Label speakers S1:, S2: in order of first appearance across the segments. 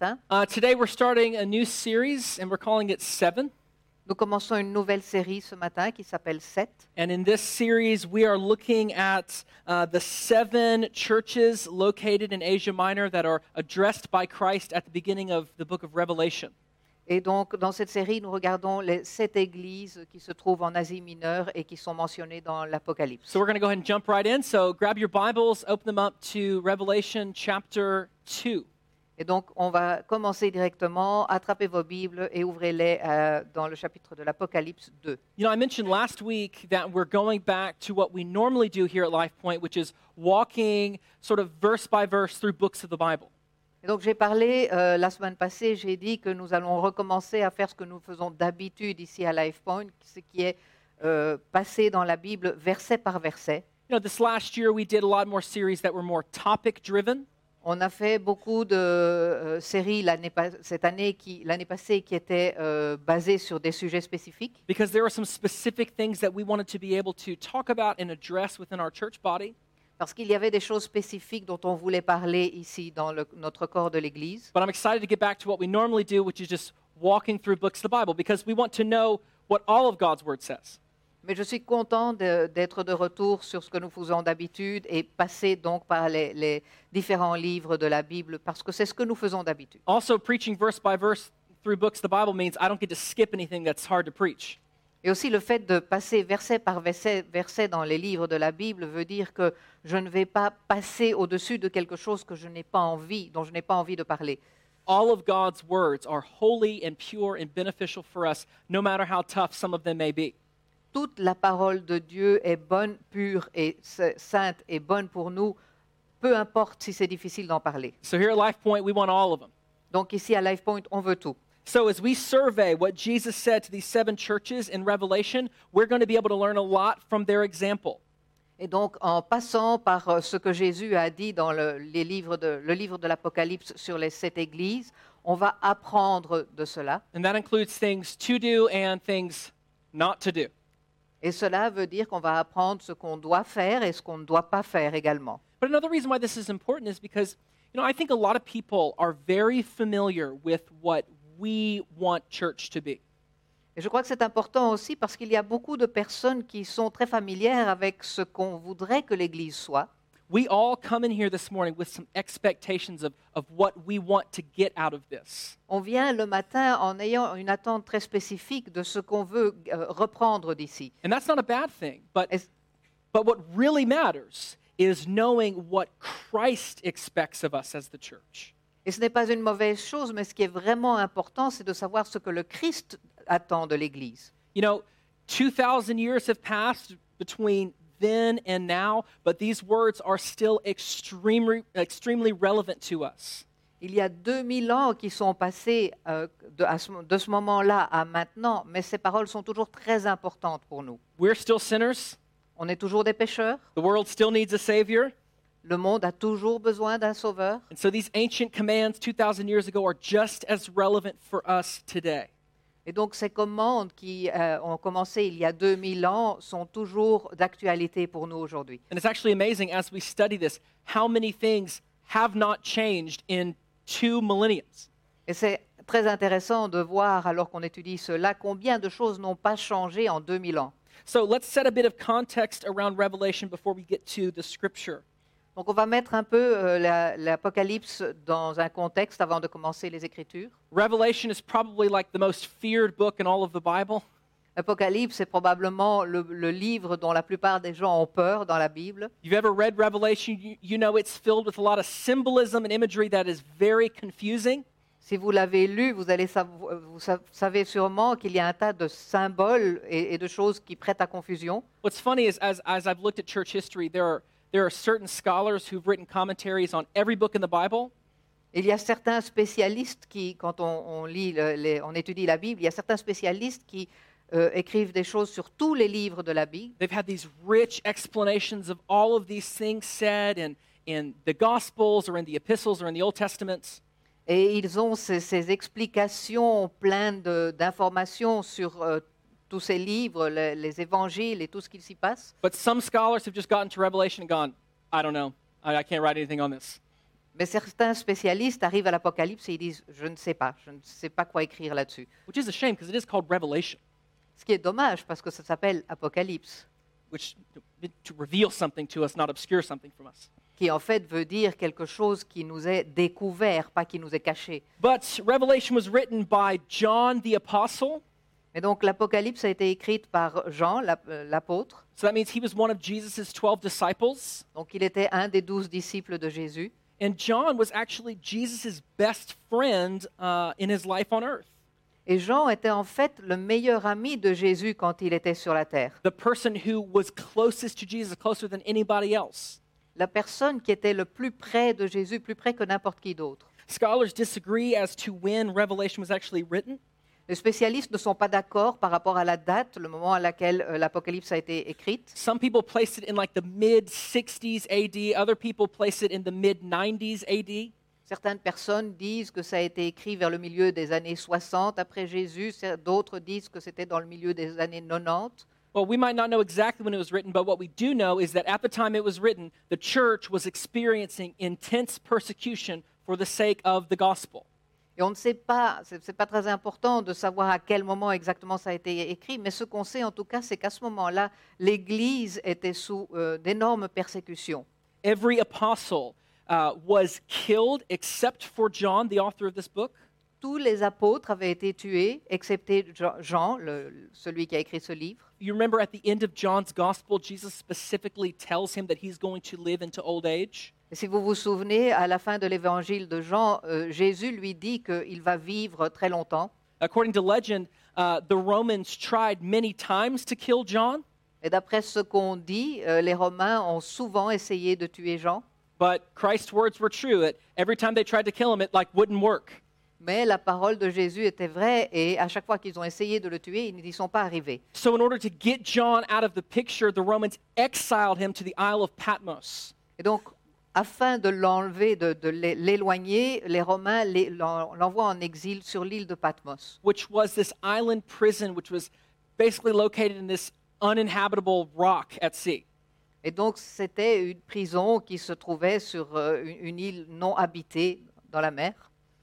S1: hein.
S2: Uh, today we're starting a new series and we're calling it Seven.
S1: Nous commençons une nouvelle série ce matin qui s'appelle 7.
S2: And in this series, we are looking at uh, the seven churches located in Asia Minor that are addressed by Christ at the beginning of the book of Revelation.
S1: Et donc, dans cette série, nous regardons les sept églises qui se trouvent en Asie mineure et qui sont mentionnées dans l'Apocalypse.
S2: So we're going to go ahead and jump right in. So grab your Bibles, open them up to Revelation chapter 2.
S1: Et donc, on va commencer directement, attrapez vos Bibles et ouvrez-les euh, dans le chapitre de l'Apocalypse 2.
S2: You know, I mentioned last week that we're going back to what we normally do here at Life Point, which is walking sort of verse by verse through books of the Bible.
S1: Et donc, j'ai parlé euh, la semaine passée, j'ai dit que nous allons recommencer à faire ce que nous faisons d'habitude ici à LifePoint, ce qui est euh, passer dans la Bible verset par verset.
S2: You know, this last year we did a lot more series that were more topic driven.
S1: On a fait beaucoup de euh, séries l'année pas- cette année, qui- l'année passée, qui étaient euh, basées sur des sujets spécifiques,
S2: because there were some specific things that we wanted to be able to talk about and address within our church body.
S1: parce qu'il y avait des choses spécifiques dont on voulait parler ici dans le- notre corps de l'Église.
S2: But I'm excited to get back to what we normally do, which is just walking through books of the Bible, because we want to know what all of God's Word says.
S1: Mais je suis content de- d'être de retour sur ce que nous faisons d'habitude et passer donc par les, les différents livres de la Bible, parce que c'est ce que nous faisons d'habitude.
S2: Also, preaching verse by verse through books of the Bible means I don't get to skip anything that's hard to preach.
S1: Et aussi le fait de passer verset par verset, verset dans les livres de la Bible veut dire que je ne vais pas passer au-dessus de quelque chose que je n'ai pas envie, dont je n'ai pas envie de parler.
S2: All of God's words are holy and pure and beneficial for us, no matter how tough some of them may be.
S1: Toute la parole de Dieu est bonne, pure et s- sainte et bonne pour nous, peu importe si c'est difficile d'en parler.
S2: So, here at Life Point, we want all of them.
S1: Donc ici à LifePoint, on veut tout.
S2: So, as we survey what Jesus said to these seven churches in Revelation, we're going to be able to learn a lot from their example.
S1: Et donc, en passant par euh, ce que Jésus a dit dans le, les livres de- le livre de l'Apocalypse sur les sept églises, on va apprendre de cela.
S2: And that includes things to do and things not to do.
S1: Et cela veut dire qu'on va apprendre ce qu'on doit faire et ce qu'on ne doit pas faire également.
S2: But another reason why this is important is because, you know, I think a lot of people are very familiar with what we want church to be.
S1: Et je crois que c'est important aussi parce qu'il y a beaucoup de personnes qui sont très familières avec ce qu'on voudrait que l'Église soit.
S2: We all come in here this morning with some expectations of, of what we want to get out of this.
S1: On vient le matin en ayant une attente très spécifique de ce qu'on veut euh, reprendre d'ici.
S2: And that's not a bad thing, but,
S1: It's-
S2: but what really matters is knowing what Christ expects of us as the church.
S1: Et ce n'est pas une mauvaise chose, mais ce qui est vraiment important, c'est de savoir ce que le Christ attend de l'Église.
S2: You know, 2,000 years have passed between then and now, but these words are still extremely, extremely relevant to us.
S1: Il y a 2000 ans qui sont passés euh, de, à ce, de ce moment-là à maintenant, mais ces paroles sont toujours très importantes pour nous.
S2: We're still sinners.
S1: On est toujours des pécheurs,
S2: The world still needs a Savior.
S1: le monde a toujours besoin d'un sauveur,
S2: And so these ancient commands 2,000 years ago are just as relevant for us today.
S1: et donc ces commandes qui euh, ont commencé il y a 2000 ans sont toujours d'actualité pour nous aujourd'hui.
S2: And it's actually amazing as we study this how many things have not changed in two millenniums.
S1: Et c'est très intéressant de voir, alors qu'on étudie cela, combien de choses n'ont pas changé en 2000 ans.
S2: So let's set a bit of context around Revelation before we get to the scripture.
S1: Donc on va mettre un peu euh, la- l'Apocalypse dans un contexte avant de commencer les Écritures.
S2: Revelation is probably like the most feared book in all of the Bible.
S1: L'Apocalypse est probablement le, le livre dont la plupart des gens ont peur dans la Bible.
S2: You've ever read Revelation, you, you know it's filled with a lot of symbolism and imagery that is very confusing.
S1: Si vous l'avez lu, vous, allez savo- euh, vous sa- savez sûrement qu'il y a un tas de symboles et, et de choses qui prêtent à confusion.
S2: What's funny is, as, as I've looked at church history, there are, there are certain scholars who've written commentaries on every book in the Bible,
S1: Il y a certains spécialistes qui, quand on, on lit le- les- on étudie la Bible, il y a certains spécialistes qui euh, écrivent des choses sur tous les livres de la Bible.
S2: They've had these rich explanations of all of these things said in, in the Gospels or in the epistles or in the Old Testaments.
S1: Et ils ont ces, ces explications pleines de- d'informations sur euh, tous ces livres, le- les évangiles et tout ce qu'il s'y passe.
S2: But some scholars have just gotten to Revelation and gone, I don't know. I, I can't write anything on this.
S1: Mais certains spécialistes arrivent à l'Apocalypse et ils disent Je ne sais pas, je ne sais pas quoi écrire là-dessus.
S2: which is a shame because it is called revelation,
S1: Ce qui est dommage parce que ça s'appelle Apocalypse,
S2: which to reveal something to us, not obscure something from us.
S1: qui en fait veut dire quelque chose qui nous est découvert, pas qui nous est caché.
S2: But Revelation was written by John the Apostle,
S1: Et donc l'Apocalypse a été écrite par Jean, l'ap- euh, l'apôtre.
S2: so that means he was one of Jesus' 12 disciples.
S1: Donc il était un des douze disciples de Jésus.
S2: And John was actually Jesus' best friend uh, in his life on earth.
S1: Et Jean était en fait le meilleur ami de Jésus quand il était sur la terre.
S2: The person who was closest to Jesus, closer than anybody else.
S1: La personne qui était le plus près de Jésus, plus près que n'importe qui d'autre.
S2: Scholars disagree as to when Revelation was actually written.
S1: Les spécialistes ne sont pas d'accord par rapport à la date, le moment à laquelle euh, l'Apocalypse a été écrite.
S2: Some people place it in like the mid 60s AD, other people place it in the mid 90s AD.
S1: Certaines personnes disent que ça a été écrit vers le milieu des années 60 après Jésus, Cer- d'autres disent que c'était dans le milieu des années 90.
S2: Well, we might not know exactly when it was written, but what we do know is that at the time it was written, the church was experiencing intense persecution for the sake of the gospel.
S1: Et on ne sait pas, ce n'est pas très important de savoir à quel moment exactement ça a été écrit, mais ce qu'on sait en tout cas, c'est qu'à ce moment-là, l'Église était sous euh, d'énormes persécutions.
S2: Every apostle uh, was killed except for John, the author of this book.
S1: Tous les apôtres avaient été tués, excepté Jean- Jean, le- celui qui a écrit ce livre.
S2: You remember at the end of John's gospel, Jesus specifically tells him that he's going to live into old age.
S1: Et si vous vous souvenez, à la fin de l'évangile de Jean, euh, Jésus lui dit qu'il va vivre très longtemps.
S2: According to legend, uh, the Romans tried many times to kill John,
S1: Et d'après ce qu'on dit, euh, les Romains ont souvent essayé de tuer Jean,
S2: but Christ's words were true. It, every time they tried to kill him, it like wouldn't work.
S1: mais la parole de Jésus était vraie et à chaque fois qu'ils ont essayé de le tuer, ils n'y sont pas arrivés.
S2: So, in order to get John out of the picture, the Romans exiled him to the Isle of Patmos.
S1: Et donc, afin de l'enlever, de, de l'é- l'éloigner, les Romains l'é- l'en- l'envoient en exil sur l'île de Patmos,
S2: which was this island prison, which was basically located in this uninhabitable rock at sea.
S1: Et donc, c'était une prison qui se trouvait sur euh, une, une île non habitée dans la mer.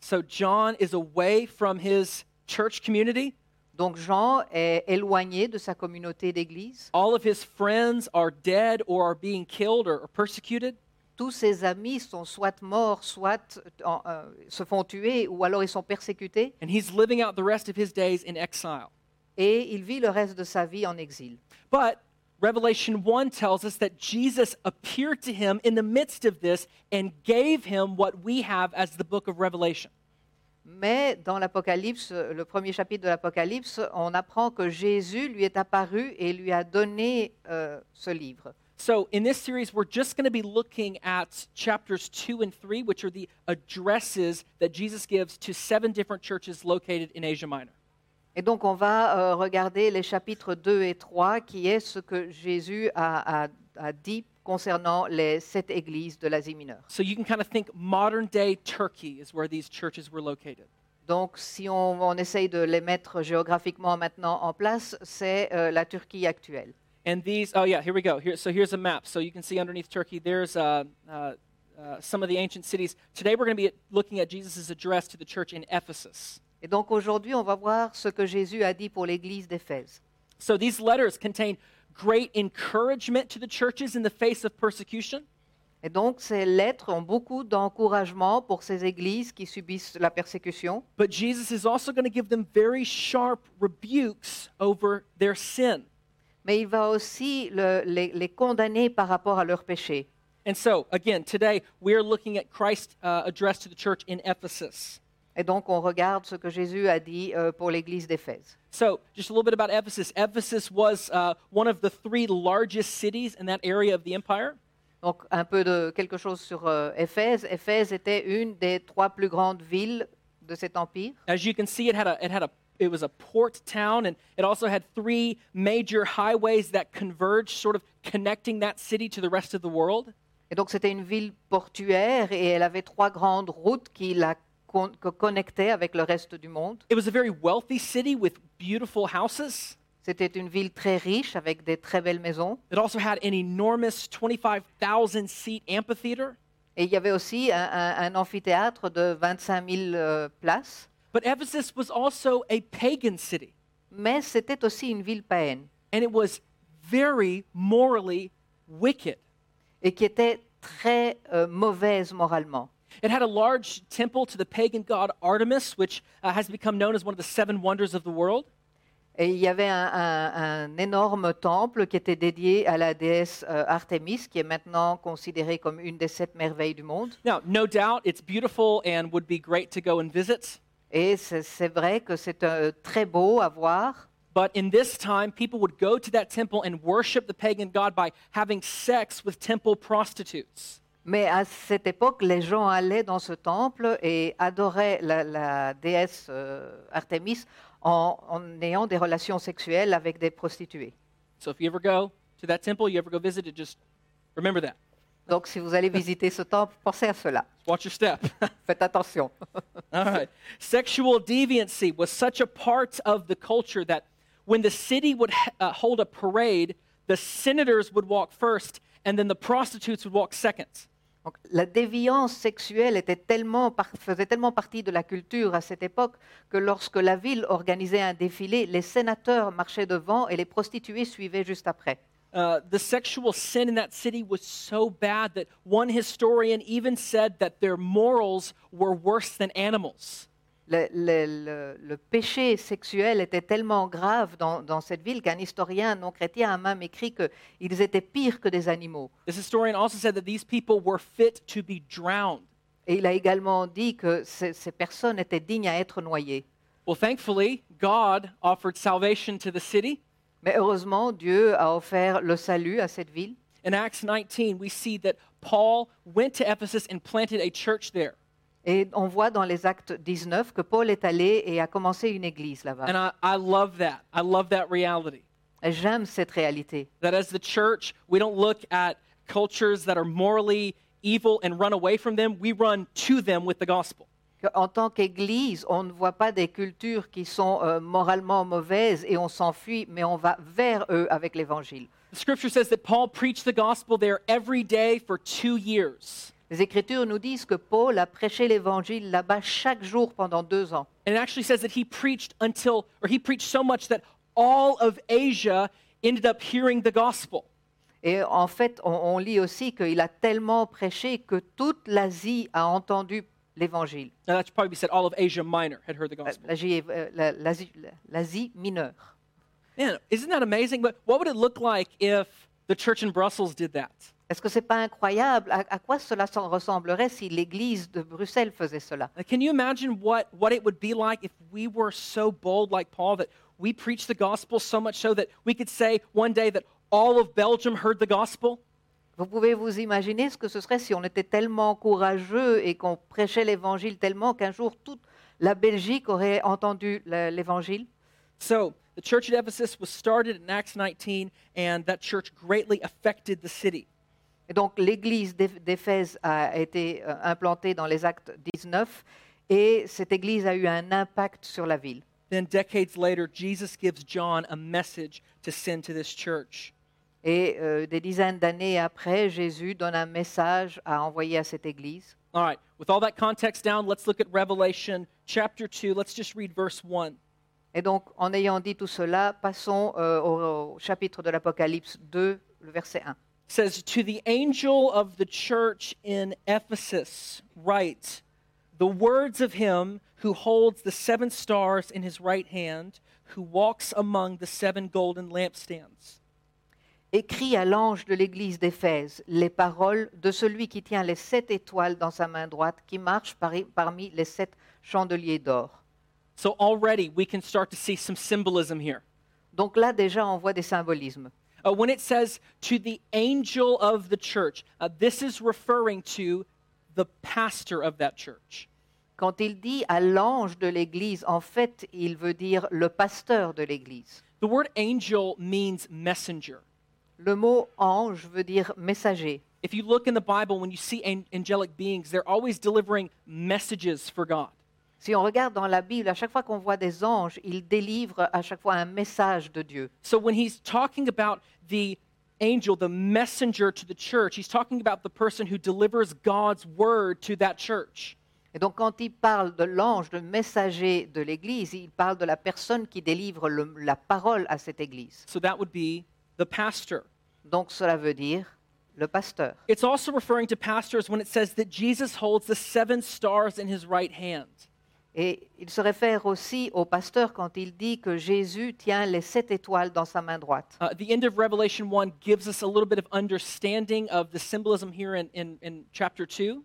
S2: So John is away from his church community.
S1: Donc, Jean est éloigné de sa communauté d'église.
S2: All of his friends are dead or are being killed or, or persecuted.
S1: Tous ses amis sont soit morts, soit en- euh, se font tuer, ou alors ils sont persécutés.
S2: And he's living out the rest of his days in exile.
S1: Et il vit le reste de sa vie en exil.
S2: But Revelation 1 tells us that Jesus appeared to him in the midst of this and gave him what we have as the book of Revelation.
S1: Mais dans l'Apocalypse, le premier chapitre de l'Apocalypse, on apprend que Jésus lui est apparu et lui a donné euh, ce livre.
S2: So, in this series, we're just going to be looking at chapters two and three, which are the addresses that Jesus gives to seven different churches located in Asia Minor.
S1: Et donc on va euh, regarder les chapitres 2 et 3, qui est ce que Jésus a, a- a dit concernant les sept églises de l'Asie mineure.
S2: So, you can kind of think modern day Turkey is where these churches were located.
S1: Donc si on, on essaye de les mettre géographiquement maintenant en place, c'est euh, la Turquie actuelle.
S2: And these, oh, yeah, here we go. Here, so, here's a map. So, you can see underneath Turkey, there's uh, uh, uh, some of the ancient cities. Today, we're going to be looking at Jesus' address to the church in Ephesus.
S1: Et donc aujourd'hui, on va voir ce que Jésus a dit pour l'église d'Éphèse.
S2: So, these letters contain great encouragement to the churches in the face of persecution.
S1: Et donc, ces lettres ont beaucoup d'encouragement pour ces églises qui subissent la persécution.
S2: But Jesus is also going to give them very sharp rebukes over their sin.
S1: Mais il va aussi le- les, les condamner par rapport à leurs péchés.
S2: And so, again, today we're looking at Christ's uh, address to the church in Ephesus.
S1: Et donc, on regarde ce que Jésus a dit euh, pour l'église d'Éphèse.
S2: So, just a little bit about Ephesus. Ephesus was uh, one of the three largest cities in that area of the empire.
S1: Donc, un peu de quelque chose sur euh, Éphèse. Éphèse était une des trois plus grandes villes de cet empire.
S2: As you can see, it had a, it had a, it was a port town, and it also had three major highways that converged, sort of connecting that city to the rest of the world.
S1: Et donc, c'était une ville portuaire et elle avait trois grandes routes qui la con- co- connectaient avec le reste du monde.
S2: It was a very wealthy city with beautiful houses.
S1: C'était une ville très riche avec des très belles maisons.
S2: It also had an enormous 25,000 seat amphitheater.
S1: Et il y avait aussi un, un- un amphithéâtre de 25 000 euh, places,
S2: But Ephesus was also a pagan city,
S1: mais c'était aussi une ville païenne
S2: and it was very morally wicked.
S1: et qui était très euh, mauvaise moralement.
S2: It had a large temple to the pagan god Artemis, which uh, has become known as one of the seven wonders of the world.
S1: Et il y avait un, un- un énorme temple qui était dédié à la déesse euh, Artémis, qui est maintenant considérée comme une des sept merveilles du monde.
S2: Now, no doubt it's beautiful and would be great to go and visit,
S1: Et c'est c'est vrai que c'est euh, très beau à voir,
S2: but in this time, people would go to that temple and worship the pagan god by having sex with temple prostitutes.
S1: mais à cette époque, les gens allaient dans ce temple et adoraient la, la déesse euh, Artémis en, en ayant des relations sexuelles avec des prostituées.
S2: So if you ever go to that temple, you ever go visit it, just remember that.
S1: Donc si vous allez visiter ce temple, pensez à cela.
S2: Watch your step.
S1: Faites attention.
S2: All right. Sexual deviancy was such a part of the culture that when the city would h- uh, hold a parade, the senators would walk first and then the prostitutes would walk second.
S1: Donc, la déviance sexuelle était tellement par- faisait tellement partie de la culture à cette époque que lorsque la ville organisait un défilé, les sénateurs marchaient devant et les prostituées suivaient juste après.
S2: Uh, the sexual sin in that city was so bad that one historian even said that their morals were worse than animals.
S1: Le, le- le- le péché sexuel était tellement grave dans, dans cette ville qu'un historien non chrétien a même écrit qu'ils étaient pires que des animaux.
S2: This historian also said that these people were fit to be drowned.
S1: Et il a également dit que ces, ces personnes étaient dignes à être noyées.
S2: Well, thankfully, God offered salvation to the city.
S1: Mais heureusement, Dieu a offert le salut à cette ville.
S2: In Acts 19, we see that Paul went to Ephesus and planted a church there.
S1: Et on voit dans les actes 19 que Paul est allé et a commencé une église là-bas.
S2: And I, I love that. I love that reality.
S1: Et J'aime cette réalité.
S2: That as the church, we don't look at cultures that are morally evil and run away from them, we run to them with the gospel.
S1: que En tant qu'église, on ne voit pas des cultures qui sont euh, moralement mauvaises et on s'enfuit, mais on va vers eux avec l'évangile.
S2: The scripture says that Paul preached the gospel there every day for two years.
S1: Les Écritures nous disent que Paul a prêché l'évangile là-bas chaque jour pendant deux ans.
S2: And it actually says that he preached until, or he preached so much that all of Asia ended up hearing the gospel.
S1: Et en fait, on, on lit aussi qu'il a tellement prêché que toute l'Asie a entendu l'évangile,
S2: Now, that should probably be said all of Asia Minor had heard the gospel.
S1: l'Asie euh, la- l'Asie- l'Asie mineure.
S2: Man, isn't that amazing? But what would it look like if the church in Brussels did that?
S1: Est-ce que ce n'est pas incroyable à, à quoi cela s'en ressemblerait si l'Église de Bruxelles faisait cela
S2: Like, can you imagine what, what it would be like if we were so bold like Paul that we preached the gospel so much so that we could say one day that all of Belgium heard the gospel?
S1: Vous pouvez vous imaginer ce que ce serait si on était tellement courageux et qu'on prêchait l'Évangile tellement qu'un jour toute la Belgique aurait entendu le- l'Évangile
S2: So the church at Ephesus was started in Acts 19, and that church greatly affected the city.
S1: Et donc l'Église d'Eph- d'Éphèse a été euh, implantée dans les actes 19 et cette Église a eu un impact sur la ville.
S2: Then decades later, Jesus gives John a message to send to this church.
S1: Et euh, des dizaines d'années après, Jésus donne un message à envoyer à cette Église.
S2: All right, with all that context down, let's look at Revelation chapter 2. Let's just read verse 1.
S1: Et donc, en ayant dit tout cela, passons euh, au, au chapitre de l'Apocalypse 2, le verset 1.
S2: says to the angel of the church in Ephesus write the words of him who holds the seven stars in his right hand who walks among the seven golden lampstands
S1: Écris à l'ange de l'église d'Éphèse les paroles de celui qui tient les sept étoiles dans sa main droite, qui marche pari- parmi les sept chandeliers d'or.
S2: so already we can start to see some symbolism here
S1: Donc là, déjà, on voit des symbolismes.
S2: Uh, when it says to the angel of the church uh, this is referring to the pastor of that church
S1: Quand il dit à l'ange de l'église, en fait, il veut dire le pasteur de l'église.
S2: the word angel means messenger
S1: Le mot ange veut dire messager.
S2: If you look in the Bible, when you see an- angelic beings, they're always delivering messages for God.
S1: Si on regarde dans la Bible, à chaque fois qu'on voit des anges, ils délivrent à chaque fois un message de Dieu.
S2: So when he's talking about the angel, the messenger to the church, he's talking about the person who delivers God's word to that church.
S1: Et donc quand il parle de l'ange, le messager de l'Église, il parle de la personne qui délivre le- la parole à cette Église.
S2: So that would be the pastor.
S1: Donc cela veut dire le pasteur.
S2: It's also referring to pastors when it says that Jesus holds the seven stars in his right hand.
S1: Et il se réfère aussi au pasteur quand il dit que Jésus tient les sept étoiles dans sa main droite.
S2: Uh, the end of Revelation 1 gives us a little bit of understanding of the symbolism here in, in, in chapter 2.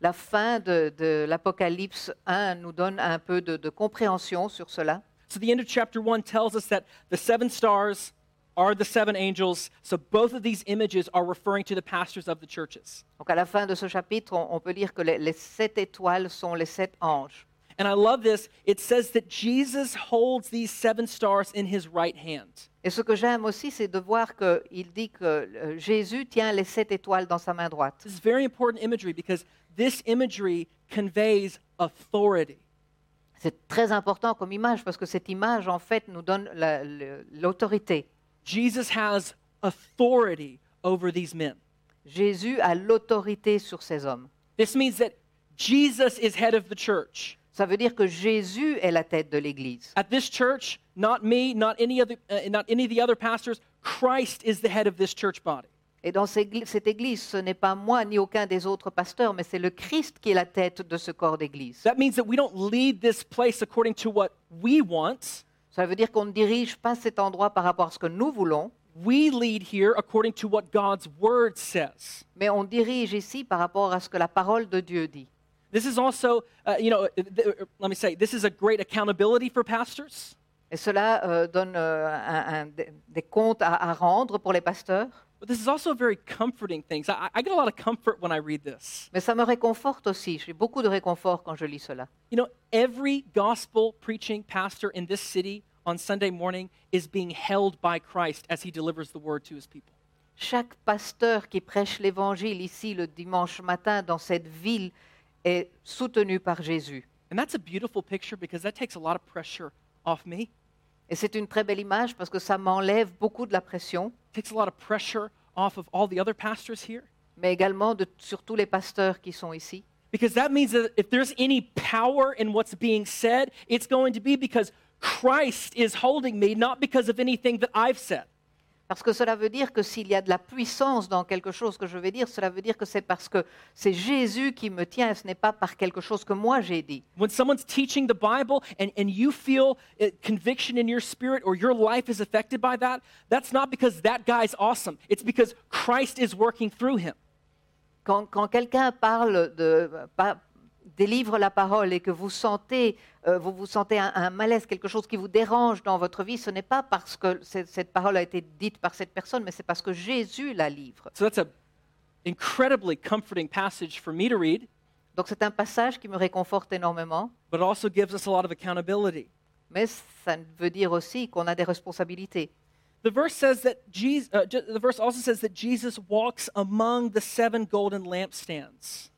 S1: La fin de, de l'Apocalypse 1 nous donne un peu de- de compréhension sur cela.
S2: So the end of chapter 1 tells us that the seven stars are the seven angels. So both of these images are referring to the pastors of the churches.
S1: Donc à la fin de ce chapitre, on, on peut lire que les, les sept étoiles sont les sept anges.
S2: And I love this. It says that Jesus holds these seven stars in his right hand.
S1: Et ce que j'aime aussi, c'est de voir qu'il dit que euh, Jésus tient les sept étoiles dans sa main droite.
S2: This is very important imagery because this imagery conveys authority.
S1: C'est très important comme image parce que cette image, en fait, nous donne la- le- l'autorité.
S2: Jesus has authority over these men.
S1: Jésus a l'autorité sur ces hommes.
S2: This means that Jesus is head of the church.
S1: Ça veut dire que Jésus est la tête de l'Église.
S2: At this church, not me, not any other, uh, not any of the other pastors. Christ is the head of this church body.
S1: Et dans ces gli- cette Église, ce n'est pas moi ni aucun des autres pasteurs, mais c'est le Christ qui est la tête de ce corps d'Église.
S2: That means that we don't lead this place according to what we want.
S1: Ça veut dire qu'on ne dirige pas cet endroit par rapport à ce que nous voulons,
S2: We lead here according to what God's word says.
S1: mais on dirige ici par rapport à ce que la parole de Dieu dit.
S2: This is also, uh, you know, th- th- let me say, this is a great accountability for pastors.
S1: Et cela euh, donne euh, un- un- des des comptes à, à rendre pour les pasteurs.
S2: But this is also a very comforting thing. So I, I get a lot of comfort when I read this.
S1: Mais ça me réconforte aussi. J'ai beaucoup de réconfort quand je lis cela.
S2: You know, every gospel preaching pastor in this city on Sunday morning is being held by Christ as he delivers the word to his people.
S1: Chaque pasteur qui prêche l'évangile ici le dimanche matin dans cette ville est soutenu par Jésus.
S2: And that's a beautiful picture because that takes a lot of pressure off me,
S1: Et c'est une très belle image parce que ça m'enlève beaucoup de la pression,
S2: takes a lot of pressure off of all the other pastors here.
S1: mais également de, sur tous les pasteurs qui sont ici.
S2: Because that means that if there's any power in what's being said, it's going to be because Christ is holding me, not because of anything that I've said.
S1: Parce que cela veut dire que s'il y a de la puissance dans quelque chose que je vais dire, cela veut dire que c'est parce que c'est Jésus qui me tient, ce n'est pas par quelque chose que moi j'ai dit.
S2: When someone's teaching the Bible and, and you feel uh, conviction in your spirit or your life is affected by that, that's not because that guy's awesome. It's because Christ is working through him.
S1: Quand, quand quelqu'un parle de, pa- délivre la parole et que vous sentez, euh, vous, vous sentez un, un malaise, quelque chose qui vous dérange dans votre vie, ce n'est pas parce que cette, cette parole a été dite par cette personne, mais c'est parce que Jésus la livre.
S2: So that's an incredibly comforting passage for me to read,
S1: Donc c'est un passage qui me réconforte énormément,
S2: but it also gives us a lot of accountability.
S1: mais ça veut dire aussi qu'on a des responsabilités.
S2: The verse says that Jesus, uh, ju- the verse also says that Jesus walks among the seven golden lampstands.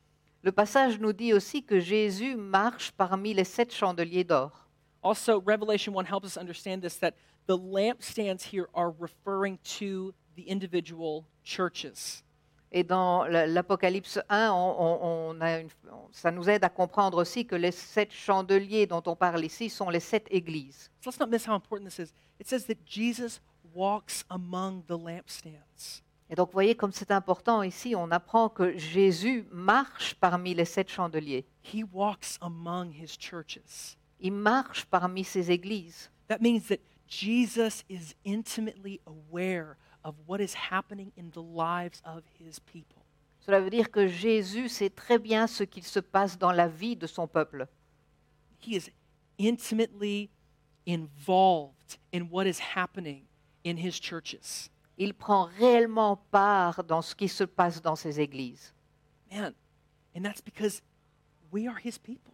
S1: Le passage nous dit aussi que Jésus marche parmi les sept chandeliers d'or.
S2: Also, Revelation 1 helps us understand this that the lampstands here are referring to the individual churches.
S1: Et dans la- l'Apocalypse 1, on- on- on a une- on- ça nous aide à comprendre aussi que les sept chandeliers dont on parle ici sont les sept églises.
S2: So let's not miss how important this is. It says that Jesus walks among the lampstands.
S1: Et donc, vous voyez comme c'est important ici, on apprend que Jésus marche parmi les sept chandeliers.
S2: He walks among his churches.
S1: Il marche parmi ces églises.
S2: That means that Jesus is intimately aware of what is happening in the lives of his people.
S1: Cela veut dire que Jésus sait très bien ce qu'il se passe dans la vie de son peuple.
S2: He is intimately involved in what is happening in his churches.
S1: Il prend réellement part dans ce qui se passe dans ces églises.
S2: Man, and that's because we are his people.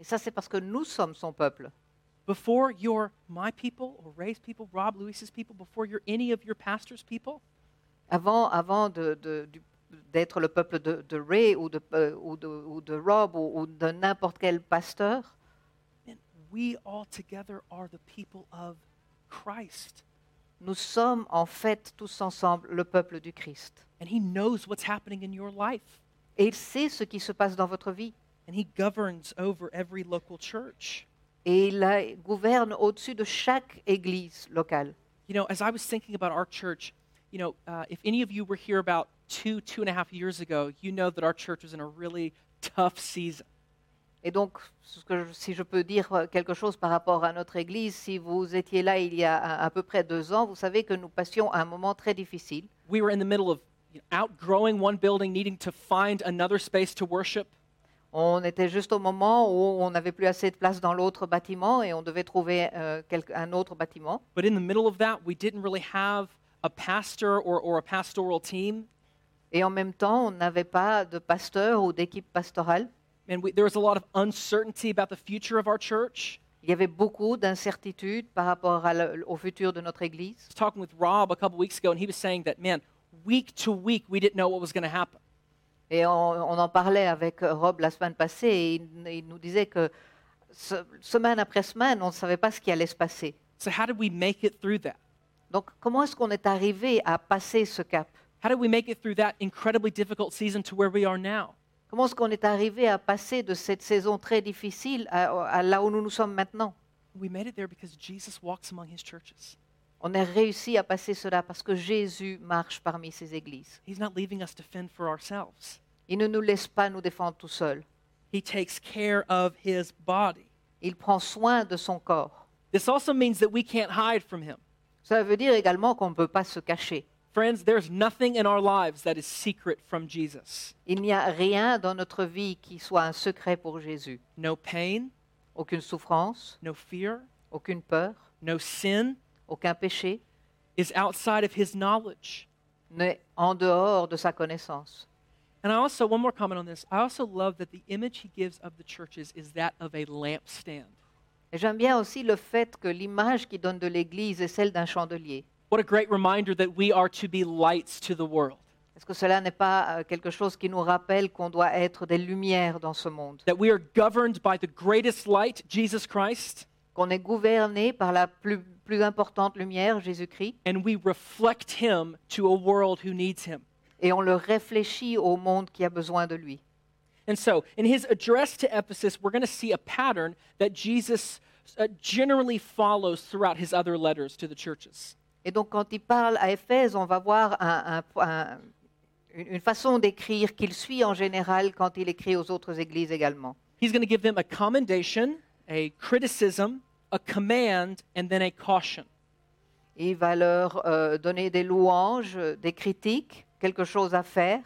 S1: Et ça, c'est parce que nous sommes son peuple.
S2: Before you're my people or Ray's people, Rob Lewis's people, before you're any of your pastor's people,
S1: avant, avant de- de- du- d'être le peuple de, de Ray ou de, euh, ou de- ou de Rob ou, ou de n'importe quel pasteur,
S2: man, we all together are the people of Christ.
S1: Nous sommes en fait tous ensemble le peuple du Christ.
S2: and he knows what's happening in your life
S1: Et il sait ce qui se passe dans votre vie.
S2: and he governs over every local church
S1: Et il euh, gouverne au-dessus de chaque église locale.
S2: you know as i was thinking about our church you know uh, if any of you were here about two two and a half years ago you know that our church was in a really tough season
S1: Et donc, ce que je- si je peux dire euh, quelque chose par rapport à notre Église, si vous étiez là il y a à, à peu près deux ans, vous savez que nous passions un moment très difficile.
S2: we were in the middle of you know, outgrowing one building needing to find another space to worship
S1: On était juste au moment où on n'avait plus assez de place dans l'autre bâtiment et on devait trouver euh, quelque- un autre bâtiment.
S2: but in the middle of that we didn't really have a pastor or, or a pastoral team
S1: Et en même temps, on n'avait pas de pasteur ou d'équipe pastorale.
S2: and we, there was a lot of uncertainty about the future of our church
S1: Il y avait beaucoup d'incertitudes par rapport à le- au futur de notre Église.
S2: was talking with Rob a couple weeks ago, and he was saying that, man, week to week, we didn't know what was going to happen.
S1: Et on, on en parlait avec euh, Rob la semaine passée et il, il nous disait que se- semaine après semaine, on ne savait pas ce qui allait se passer.
S2: So, how did we make it through that?
S1: Donc comment est-ce qu'on est arrivé à passer ce cap
S2: How did we make it through that incredibly difficult season to where we are now?
S1: Comment est-ce qu'on est arrivé à passer de cette saison très difficile à, à là où nous nous sommes maintenant
S2: We made it there because Jesus walks among his churches.
S1: On a réussi à passer cela parce que Jésus marche parmi ses églises.
S2: He's not leaving us to fend for ourselves,
S1: Il ne nous laisse pas nous défendre tout seuls.
S2: he takes care of his body.
S1: Il prend soin de son corps.
S2: This also means that we can't hide from him.
S1: Ça veut dire également qu'on ne peut pas se cacher.
S2: Friends, there's nothing in our lives that is secret from Jesus.
S1: Il n'y a rien dans notre vie qui soit un secret pour Jésus.
S2: No pain,
S1: Aucune souffrance,
S2: no fear,
S1: aucune peur,
S2: no sin
S1: aucun péché
S2: is outside of his knowledge.
S1: n'est en dehors de sa connaissance.
S2: And I also, one more comment on this. I also love that the image he gives of the churches is that of a lampstand.
S1: Et J'aime bien aussi le fait que l'image qu'il donne de l'Église est celle d'un chandelier.
S2: What a great reminder that we are to be lights to the world,
S1: Est-ce que cela n'est pas euh, quelque chose qui nous rappelle qu'on doit être des lumières dans ce monde,
S2: that we are governed by the greatest light, Jesus Christ,
S1: qu'on est gouverné par la plus, plus importante lumière, Jésus-Christ,
S2: and we reflect him to a world who needs him.
S1: et on le réfléchit au monde qui a besoin de lui.
S2: And so, in his address to Ephesus, we're going to see a pattern that Jesus uh, generally follows throughout his other letters to the churches.
S1: Et donc quand il parle à Éphèse, on va voir un- un- un- une une façon d'écrire qu'il suit en général quand il écrit aux autres églises également.
S2: He's going to give them a commendation, a criticism, a command, and then a caution.
S1: Il va leur euh, donner des louanges, euh, des critiques, quelque chose à faire.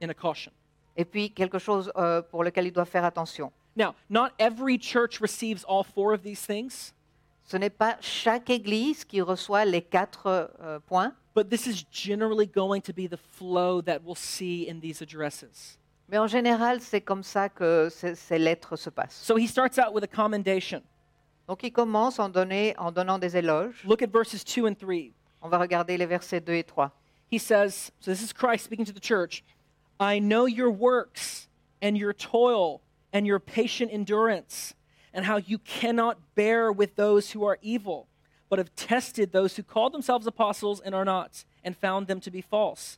S2: and a caution.
S1: et puis quelque chose euh, pour lequel il doit faire attention.
S2: Now, not every church receives all four of these things,
S1: Ce n'est pas chaque Église qui reçoit les quatre euh, points,
S2: but this is generally going to be the flow that we'll see in these addresses.
S1: mais en général, c'est comme ça que ces, ces lettres se passent.
S2: So he starts out with a commendation.
S1: Donc il commence en, donner- en donnant des éloges.
S2: Look at verses 2 and 3.
S1: On va regarder les versets 2 et 3.
S2: He says, So this is Christ speaking to the church I know your works and your toil and your patient endurance, and how you cannot bear with those who are evil, but have tested those who call themselves apostles and are not, and found them to be false.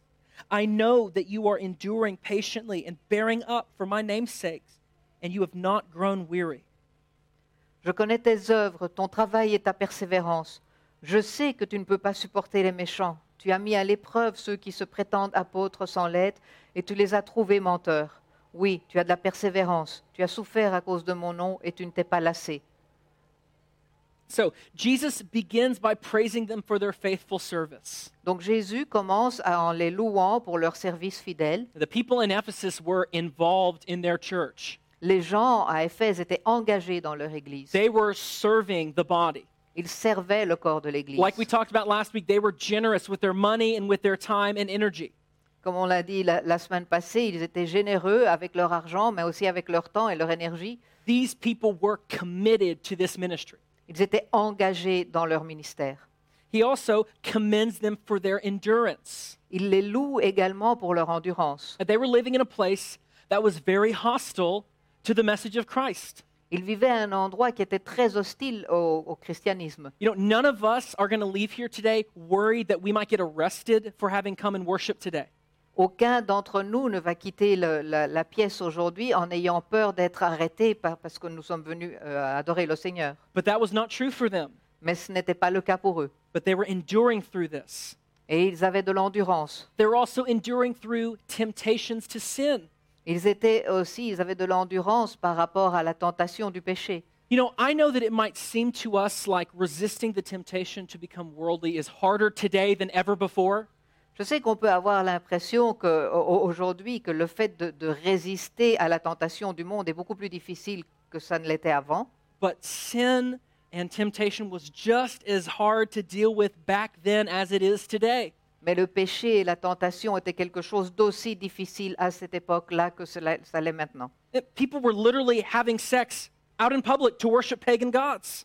S2: I know that you are enduring patiently and bearing up for my name's sake, and you have not grown weary.
S1: Je connais tes œuvres, ton travail et ta persévérance. Je sais que tu ne peux pas supporter les méchants. Tu as mis à l'épreuve ceux qui se prétendent apôtres sans l'être, et tu les as trouvés menteurs. Oui, tu as de la persévérance. Tu as souffert à cause de mon nom, et tu ne t'es pas lassé.
S2: So Jesus begins by praising them for their faithful service.
S1: Donc Jésus commence à- en les louant pour leur service fidèle.
S2: The people in Ephesus were involved in their church.
S1: Les gens à Éphèse étaient engagés dans leur Église.
S2: They were serving the body.
S1: Ils servaient le corps de l'Église.
S2: Like we talked about last week, they were generous with their money and with their time and energy.
S1: Comme on l'a dit la, la semaine passée, ils étaient généreux avec leur argent, mais aussi avec leur temps et leur énergie.
S2: These people were committed to this ministry.
S1: Ils étaient engagés dans leur ministère.
S2: He also commends them for their endurance.
S1: Il les loue également pour leur endurance.
S2: They were living in a place that was very hostile to the message of Christ.
S1: Il vivait à un endroit qui était très hostile au, au christianisme.
S2: You know, none of us are going to leave here today worried that we might get arrested for having come and worship today.
S1: Aucun d'entre nous ne va quitter le- la, la pièce aujourd'hui en ayant peur d'être arrêté par- parce que nous sommes venus euh, adorer le Seigneur.
S2: But that was not true for them.
S1: Mais ce n'était pas le cas pour eux.
S2: But they were enduring through this.
S1: Et ils avaient de l'endurance.
S2: They were also enduring through temptations to sin.
S1: Ils étaient aussi, ils avaient de l'endurance par rapport à la tentation du péché.
S2: You know, I know that it might seem to us like resisting the temptation to become worldly is harder today than ever before.
S1: Je sais qu'on peut avoir l'impression qu'aujourd'hui, que le fait de, de résister à la tentation du monde est beaucoup plus difficile que ça ne l'était avant.
S2: But sin and temptation was just as hard to deal with back then as it is today.
S1: Mais le péché et la tentation étaient quelque chose d'aussi difficile à cette époque-là que cela ça l'est maintenant.
S2: Eh, People were literally having sex out in public to worship pagan gods.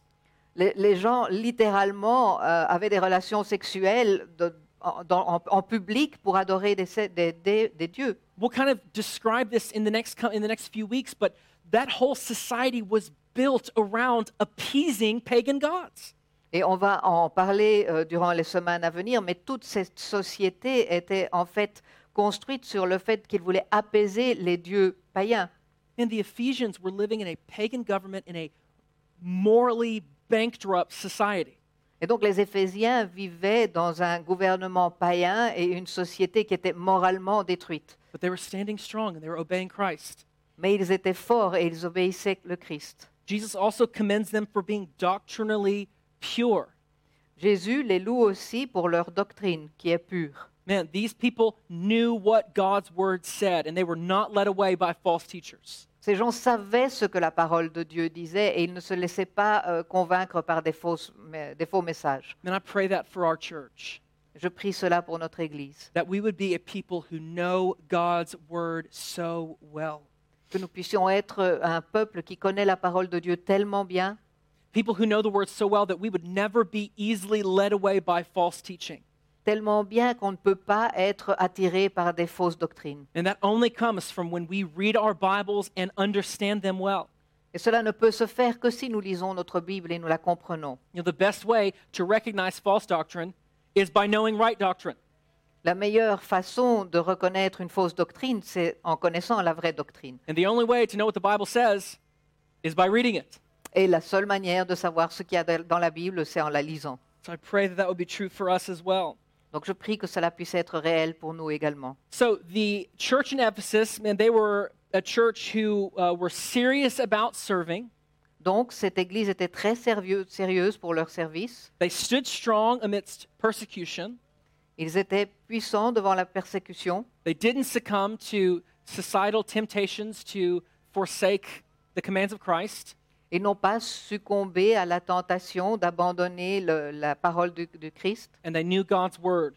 S1: Les, les gens, littéralement, euh, avaient des relations sexuelles de- en, dans- en- en public pour adorer des, se- des- des- des dieux.
S2: We'll kind of describe this in the next co- in the next few weeks, but that whole society was built around appeasing pagan gods.
S1: Et on va en parler euh, durant les semaines à venir, mais toute cette société était en fait construite sur le fait qu'ils voulaient apaiser les dieux païens.
S2: And the Ephesians were living in a pagan government in a morally bankrupt society.
S1: Et donc les Éphésiens vivaient dans un gouvernement païen et une société qui était moralement détruite.
S2: But they were standing strong and they were obeying Christ.
S1: Mais ils étaient forts et ils obéissaient le Christ.
S2: Jesus also commends them for being doctrinally pure.
S1: Jésus les loue aussi pour leur doctrine qui est pure.
S2: Man, these people knew what God's word said, and they were not led away by false teachers.
S1: Ces gens savaient ce que la parole de Dieu disait et ils ne se laissaient pas euh, convaincre par des, fausses- mais- des faux messages.
S2: Man, I pray that for our church,
S1: Je prie cela pour notre Église,
S2: that we would be a people who know God's word so well.
S1: que nous puissions être euh, un peuple qui connaît la parole de Dieu tellement bien,
S2: People who know the word so well that we would never be easily led away by false teaching.
S1: tellement bien qu'on ne peut pas être attiré par des fausses doctrines.
S2: And that only comes from when we read our Bibles and understand them well.
S1: Et cela ne peut se faire que si nous lisons notre Bible et nous la comprenons.
S2: You know, the best way to recognize false doctrine is by knowing right doctrine.
S1: La meilleure façon de reconnaître une fausse doctrine, c'est en connaissant la vraie doctrine.
S2: And the only way to know what the Bible says is by reading it.
S1: Et la seule manière de savoir ce qu'il y a dans la Bible, c'est en la lisant.
S2: So I pray that that would be true for us as well.
S1: Donc je prie que cela puisse être réel pour nous également.
S2: So the church in Ephesus, man, they were a church who uh, were serious about serving.
S1: Donc cette Église était très sérieux- sérieuse pour leur service.
S2: They stood strong amidst persecution.
S1: Ils étaient puissants devant la persécution.
S2: They didn't succumb to societal temptations to forsake the commands of Christ.
S1: Ils n'ont pas succombé à la tentation d'abandonner le- la parole du, du Christ.
S2: and they knew God's word.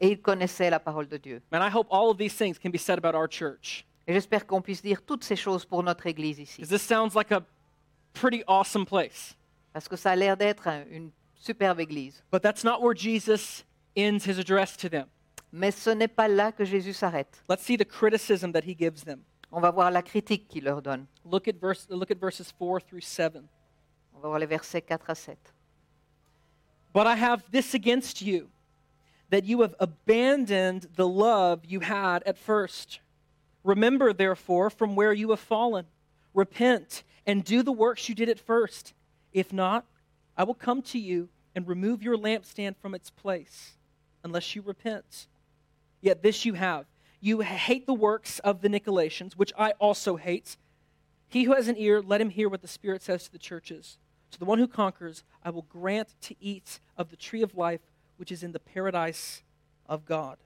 S1: Et ils connaissaient la parole de Dieu.
S2: Man, I hope all of these things can be said about our church.
S1: Et j'espère qu'on puisse dire toutes ces choses pour notre Église ici.
S2: Because this sounds like a pretty awesome place.
S1: Parce que ça a l'air d'être un- une superbe Église.
S2: But that's not where Jesus ends his address to them.
S1: Mais ce n'est pas là que Jésus s'arrête.
S2: Let's see the criticism that he gives them.
S1: On va voir la critique qu'il leur donne.
S2: Look at, verse, look at verses 4 through 7.
S1: On va voir les versets 4 à 7.
S2: But I have this against you, that you have abandoned the love you had at first. Remember, therefore, from where you have fallen. Repent and do the works you did at first. If not, I will come to you and remove your lampstand from its place, unless you repent. Yet this you have you hate the works of the Nicolaitans, which I also hate. He who has an ear, let him hear what the Spirit says to the churches. To the one who conquers, I will grant to eat of the tree of life, which is in the paradise of God.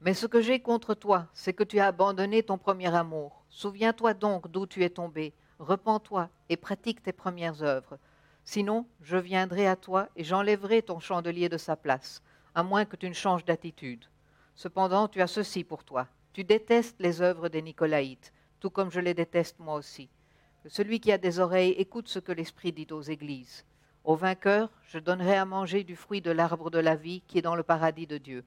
S1: Mais ce que j'ai contre toi, c'est que tu as abandonné ton premier amour. Souviens-toi donc d'où tu es tombé, repens-toi et pratique tes premières œuvres. Sinon, je viendrai à toi et j'enlèverai ton chandelier de sa place, à moins que tu ne changes d'attitude. Cependant, tu as ceci pour toi. Tu détestes les œuvres des Nicolaïtes, tout comme je les déteste moi aussi. Que celui qui a des oreilles écoute ce que l'Esprit dit aux églises. Au vainqueur, je donnerai à manger du fruit de l'arbre de la vie qui est dans le paradis de Dieu.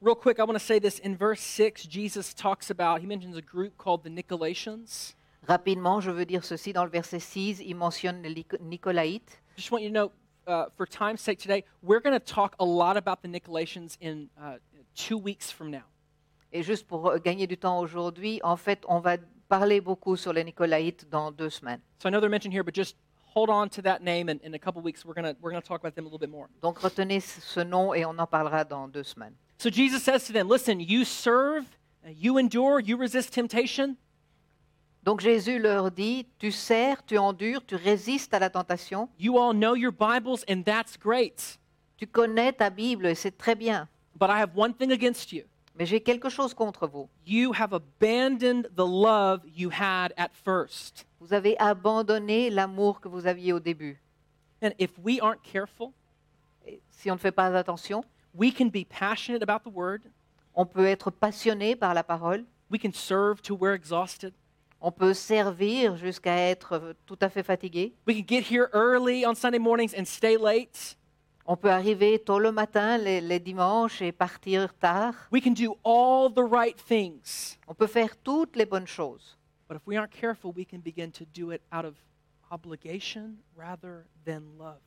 S2: Real quick, I want to say this. In verse 6, Jesus talks about, he mentions a group called the Nicolaitans.
S1: Rapidement, je veux dire ceci, dans le verset 6, il mentionne les Lico- Nicolaïtes.
S2: Just want you to know, uh, for time's sake today, we're going to talk a lot about the Nicolaitans in uh, two weeks from now.
S1: Et juste pour euh, gagner du temps aujourd'hui, en fait, on va parler beaucoup sur les Nicolaïtes dans deux semaines.
S2: So I know they're mentioned here, but just hold on to that name, and in a couple weeks, we're going to we're going to talk about them a little bit more.
S1: Donc retenez c- ce nom et on en parlera dans deux semaines.
S2: So Jesus says to them, Listen, you serve, uh, you endure, you resist temptation.
S1: Donc Jésus leur dit, tu sers, tu endures, tu résistes à la tentation,
S2: You all know your Bibles, and that's great.
S1: tu connais ta Bible et c'est très bien.
S2: But I have one thing against you.
S1: Mais j'ai quelque chose contre vous.
S2: You have abandoned the love you had at first.
S1: Vous avez abandonné l'amour que vous aviez au début.
S2: And if we aren't careful,
S1: Et si on ne fait pas attention,
S2: we can be passionate about the word.
S1: on peut être passionné par la parole,
S2: We can serve till we're exhausted.
S1: on peut servir jusqu'à être euh, tout à fait fatigué,
S2: We can get here early on Sunday mornings and stay late.
S1: on peut arriver tôt le matin, les, les dimanches, et partir tard.
S2: We can do all the right things.
S1: On peut faire toutes les bonnes choses.
S2: But if we aren't careful, we can begin to do it out of obligation rather than love.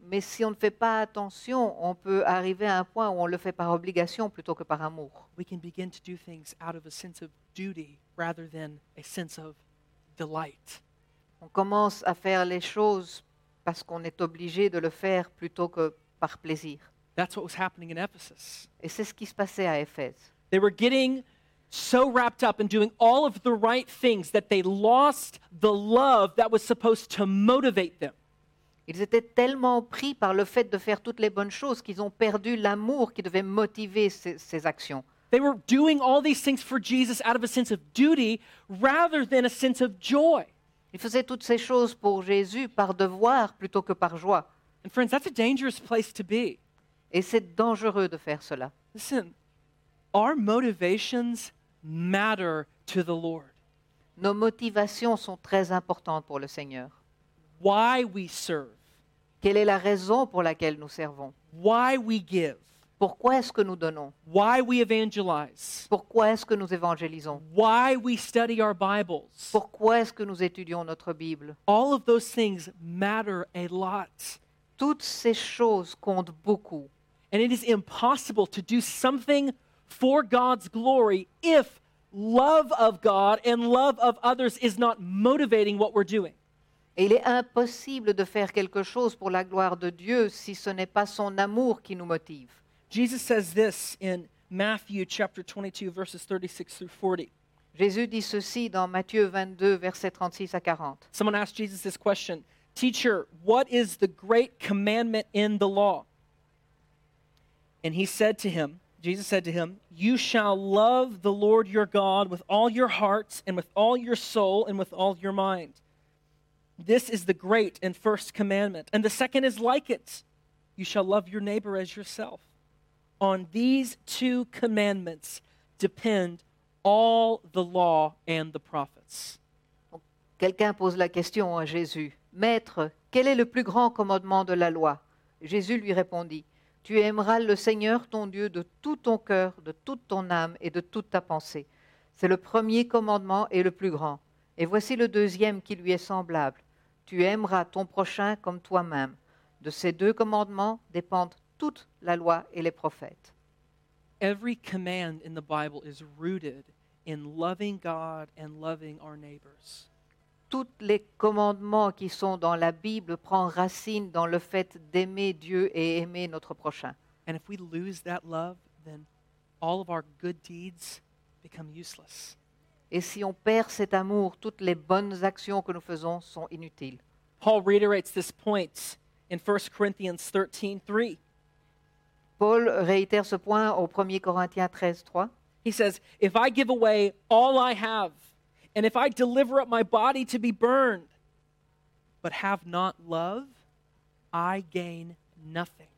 S1: Mais si on ne fait pas attention, on peut arriver à un point où on le fait par obligation plutôt que par amour.
S2: We can begin to do things out of a sense of duty rather than a sense of delight.
S1: On commence à faire les choses parce qu'on est obligé de le faire plutôt que par plaisir.
S2: That's what was happening in Ephesus.
S1: Et c'est ce qui se passait à Éphèse.
S2: They were getting so wrapped up in doing all of the right things that they lost the love that was supposed to motivate them.
S1: Ils étaient tellement pris par le fait de faire toutes les bonnes choses qu'ils ont perdu l'amour qui devait motiver ces, ces actions.
S2: They were doing all these things for Jesus out of a sense of duty rather than a sense of joy.
S1: Ils faisaient toutes ces choses pour Jésus par devoir plutôt que par joie.
S2: And friends, that's a dangerous place to be.
S1: Et c'est dangereux de faire cela.
S2: Listen, our motivations matter to the Lord.
S1: Nos motivations sont très importantes pour le Seigneur.
S2: Why we serve,
S1: Quelle est la raison pour laquelle nous servons
S2: why we give,
S1: Pourquoi est-ce que nous donnons
S2: why we evangelize,
S1: Pourquoi est-ce que nous évangélisons
S2: why we study our Bibles.
S1: Pourquoi est-ce que nous étudions notre Bible
S2: All of those things matter a lot.
S1: Toutes ces choses comptent beaucoup.
S2: And it is impossible to do something for God's glory if love of God and love of others is not motivating what we're doing.
S1: Et il est impossible de faire quelque chose pour la gloire de Dieu si ce n'est pas son amour qui nous motive.
S2: Jesus says this in Matthew chapter 22 verses 36 through 40.
S1: Jésus dit ceci dans Matthieu 22, versets 36 à 40.
S2: Someone asked Jesus this question, "Teacher, what is the great commandment in the law?" And he said to him, Jesus said to him, "You shall love the Lord your God with all your heart and with all your soul and with all your mind." This is the great and first commandment, and the second is like it. You shall love your neighbor as yourself. On these two commandments depend all the law and the prophets.
S1: Quelqu'un pose la question à Jésus. Maître, quel est le plus grand commandement de la loi Jésus lui répondit. Tu aimeras le Seigneur ton Dieu de tout ton cœur, de toute ton âme et de toute ta pensée. C'est le premier commandement et le plus grand. Et voici le deuxième qui lui est semblable. Tu aimeras ton prochain comme toi-même. De ces deux commandements dépendent toute la loi et les prophètes.
S2: every command in the Bible is rooted in loving God and loving our neighbors.
S1: tous les commandements qui sont dans la Bible prend racine dans le fait d'aimer Dieu et aimer notre prochain.
S2: And if we lose that love, then all of our good deeds become useless.
S1: Et si on perd cet amour, toutes les bonnes actions que nous faisons sont inutiles.
S2: Paul reiterates this point in 1 Corinthians 13 3.
S1: Paul réitère ce point au 1 Corinthiens 13, 3.
S2: He says, If I give away all I have, and if I deliver up my body to be burned, but have not love, I gain nothing.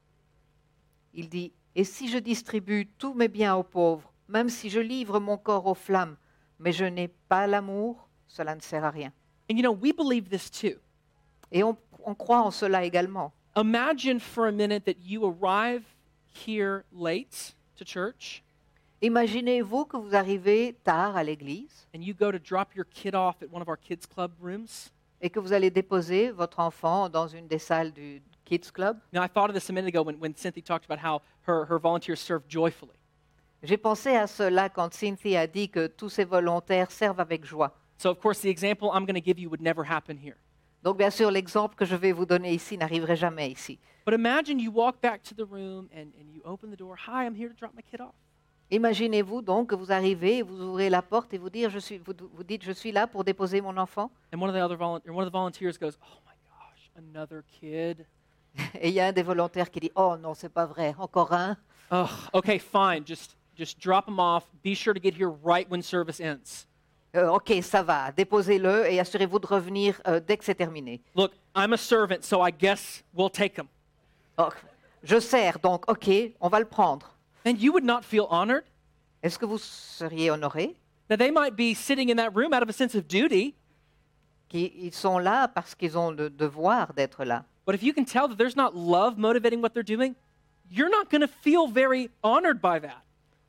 S1: Il dit, Et si je distribue tous mes biens aux pauvres, même si je livre mon corps aux flammes, mais je n'ai pas l'amour, cela ne sert à rien.
S2: And you know, we believe this too.
S1: Et on- on croit en cela également.
S2: Imagine for a minute that you arrive here late to church
S1: Imaginez-vous que vous arrivez tard à l'église
S2: and you go to drop your kid off at one of our kids club rooms.
S1: et que vous allez déposer votre enfant dans une des salles du Kids Club.
S2: Now, I thought of this a minute ago when, when Cynthia talked about how her, her volunteers serve joyfully.
S1: J'ai pensé à cela quand Cynthia a dit que tous ces volontaires servent avec joie.
S2: So, of course, the example I'm going to give you would never happen here.
S1: Donc bien sûr, l'exemple que je vais vous donner ici n'arriverait jamais ici.
S2: But imagine you walk back to the room and, and you open the door. Hi, I'm here to drop my kid off.
S1: Imaginez-vous donc que vous arrivez, vous ouvrez la porte et vous, dire, je suis, vous, vous dites je suis là pour déposer mon enfant.
S2: And one of the other volun- or one of the volunteers goes, Oh my gosh, another kid.
S1: Et il y a un des volontaires qui dit oh non c'est pas vrai, encore un.
S2: Ugh, okay, fine. Just just drop him off. Be sure to get here right when service ends.
S1: Euh, ok ça va, déposez-le et assurez-vous de revenir euh, dès que c'est terminé.
S2: Look, I'm a servant, so I guess we'll take him.
S1: Oh, je sers donc ok, on va le prendre.
S2: And you would not feel honored.
S1: Est-ce que vous seriez honoré
S2: Now they might be sitting in that room out of a sense of duty,
S1: Ils sont là parce qu'ils ont le devoir d'être là.
S2: but if you can tell that there's not love motivating what they're doing, you're not going to feel very honored by that.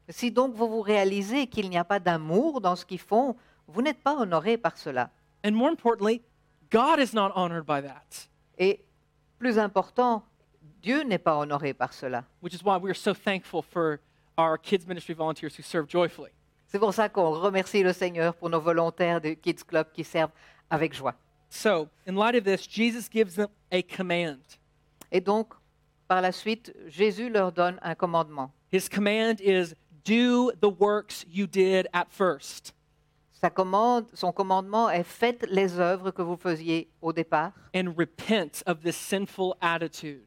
S1: Si donc vous vous réalisez qu'il n'y a pas d'amour dans ce qu'ils font, vous n'êtes pas honoré par cela.
S2: And more importantly, God is not honored by that,
S1: Et plus important, Dieu n'est pas honoré par cela.
S2: which is why we're so thankful for our kids ministry volunteers who serve joyfully.
S1: C'est pour ça qu'on remercie le Seigneur pour nos volontaires du Kids Club qui servent avec joie.
S2: So, in light of this, Jesus gives them a command.
S1: Et donc, par la suite, Jésus leur donne un commandement.
S2: His command is do the works you did at first.
S1: Sa commande, son commandement est faites les œuvres que vous faisiez au départ
S2: and repent of this sinful attitude.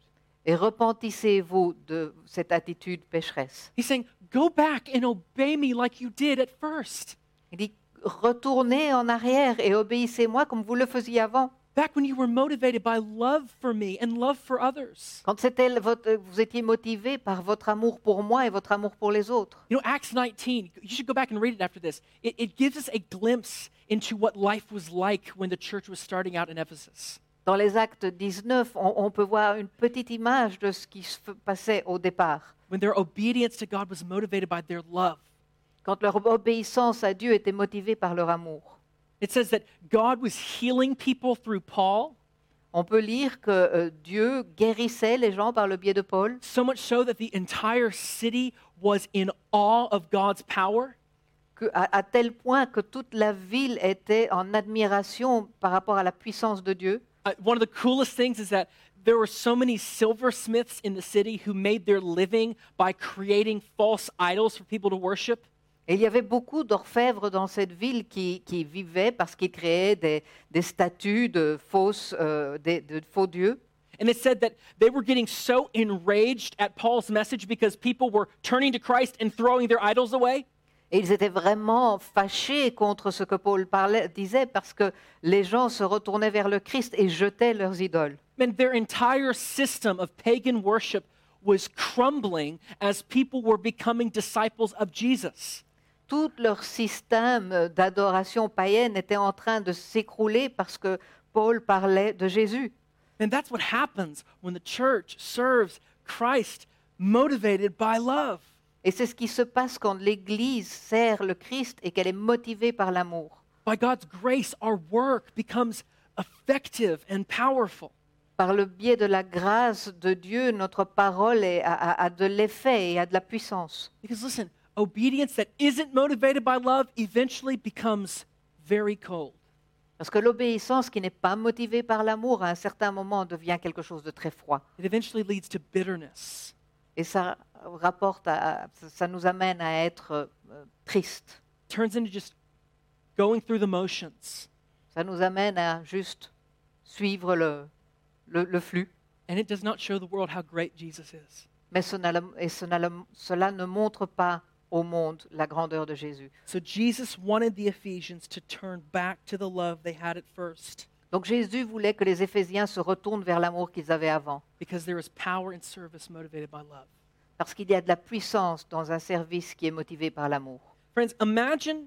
S1: et repentissez-vous de cette attitude pécheresse.
S2: He's saying, Go back and obey me like you did at first,
S1: Il dit retournez en arrière et obéissez-moi comme vous le faisiez avant.
S2: back when you were motivated by love for me and love for others.
S1: Quand c'était le- votre- euh, vous étiez motivé par votre amour pour moi et votre amour pour les autres.
S2: You know, Acts 19, you should go back and read it after this. It, it gives us a glimpse into what life was like when the church was starting out in Ephesus.
S1: Dans les actes 19, on, on peut voir une petite image de ce qui se f- passait au départ,
S2: When their obedience to God was motivated by their love.
S1: quand leur obéissance à Dieu était motivée par leur amour.
S2: It says that God was healing people through Paul,
S1: On peut lire que euh, Dieu guérissait les gens par le biais de Paul,
S2: so much so that the entire city was in awe of God's power.
S1: que- à- à tel point que toute la ville était en admiration par rapport à la puissance de Dieu.
S2: Uh, one of the coolest things is that there were so many silversmiths in the city who made their living by creating false idols for people to worship.
S1: Et il y avait beaucoup d'orfèvres dans cette ville qui, qui vivaient parce qu'ils créaient des, des statues de, fausses, euh, des- de faux dieux.
S2: And it said that they were getting so enraged at Paul's message because people were turning to Christ and throwing their idols away
S1: Et ils étaient vraiment fâchés contre ce que Paul parlait, disait parce que les gens se retournaient vers le Christ et jetaient leurs idoles.
S2: and their entire system of pagan worship was crumbling as people were becoming disciples of Jesus.
S1: Tout leur système d'adoration païenne était en train de s'écrouler parce que Paul parlait de Jésus.
S2: And that's what happens when the church serves Christ motivated by love.
S1: Et c'est ce qui se passe quand l'Église sert le Christ et qu'elle est motivée par l'amour.
S2: By God's grace, our work becomes effective and powerful.
S1: Par le biais de la grâce de Dieu, notre parole est- a, a- a de l'effet et a de la puissance.
S2: Because listen, obedience that isn't motivated by love eventually becomes very cold.
S1: Parce que l'obéissance qui n'est pas motivée par l'amour, à un certain moment, devient quelque chose de très froid.
S2: It eventually leads to bitterness.
S1: Et ça, rapporte à- à- ça nous amène à être euh, triste.
S2: turns into just going through the motions.
S1: Ça nous amène à juste suivre le, le- le flux.
S2: And it does not show the world how great Jesus is.
S1: Mais ce n'a- et ce n'a- cela ne montre pas au monde la grandeur de Jésus.
S2: So Jesus wanted the Ephesians to turn back to the love they had at first
S1: Donc Jésus voulait que les Éphésiens se retournent vers l'amour qu'ils avaient avant.
S2: because there is power in service motivated by love.
S1: parce qu'il y a de la puissance dans un service qui est motivé par l'amour.
S2: Friends, imagine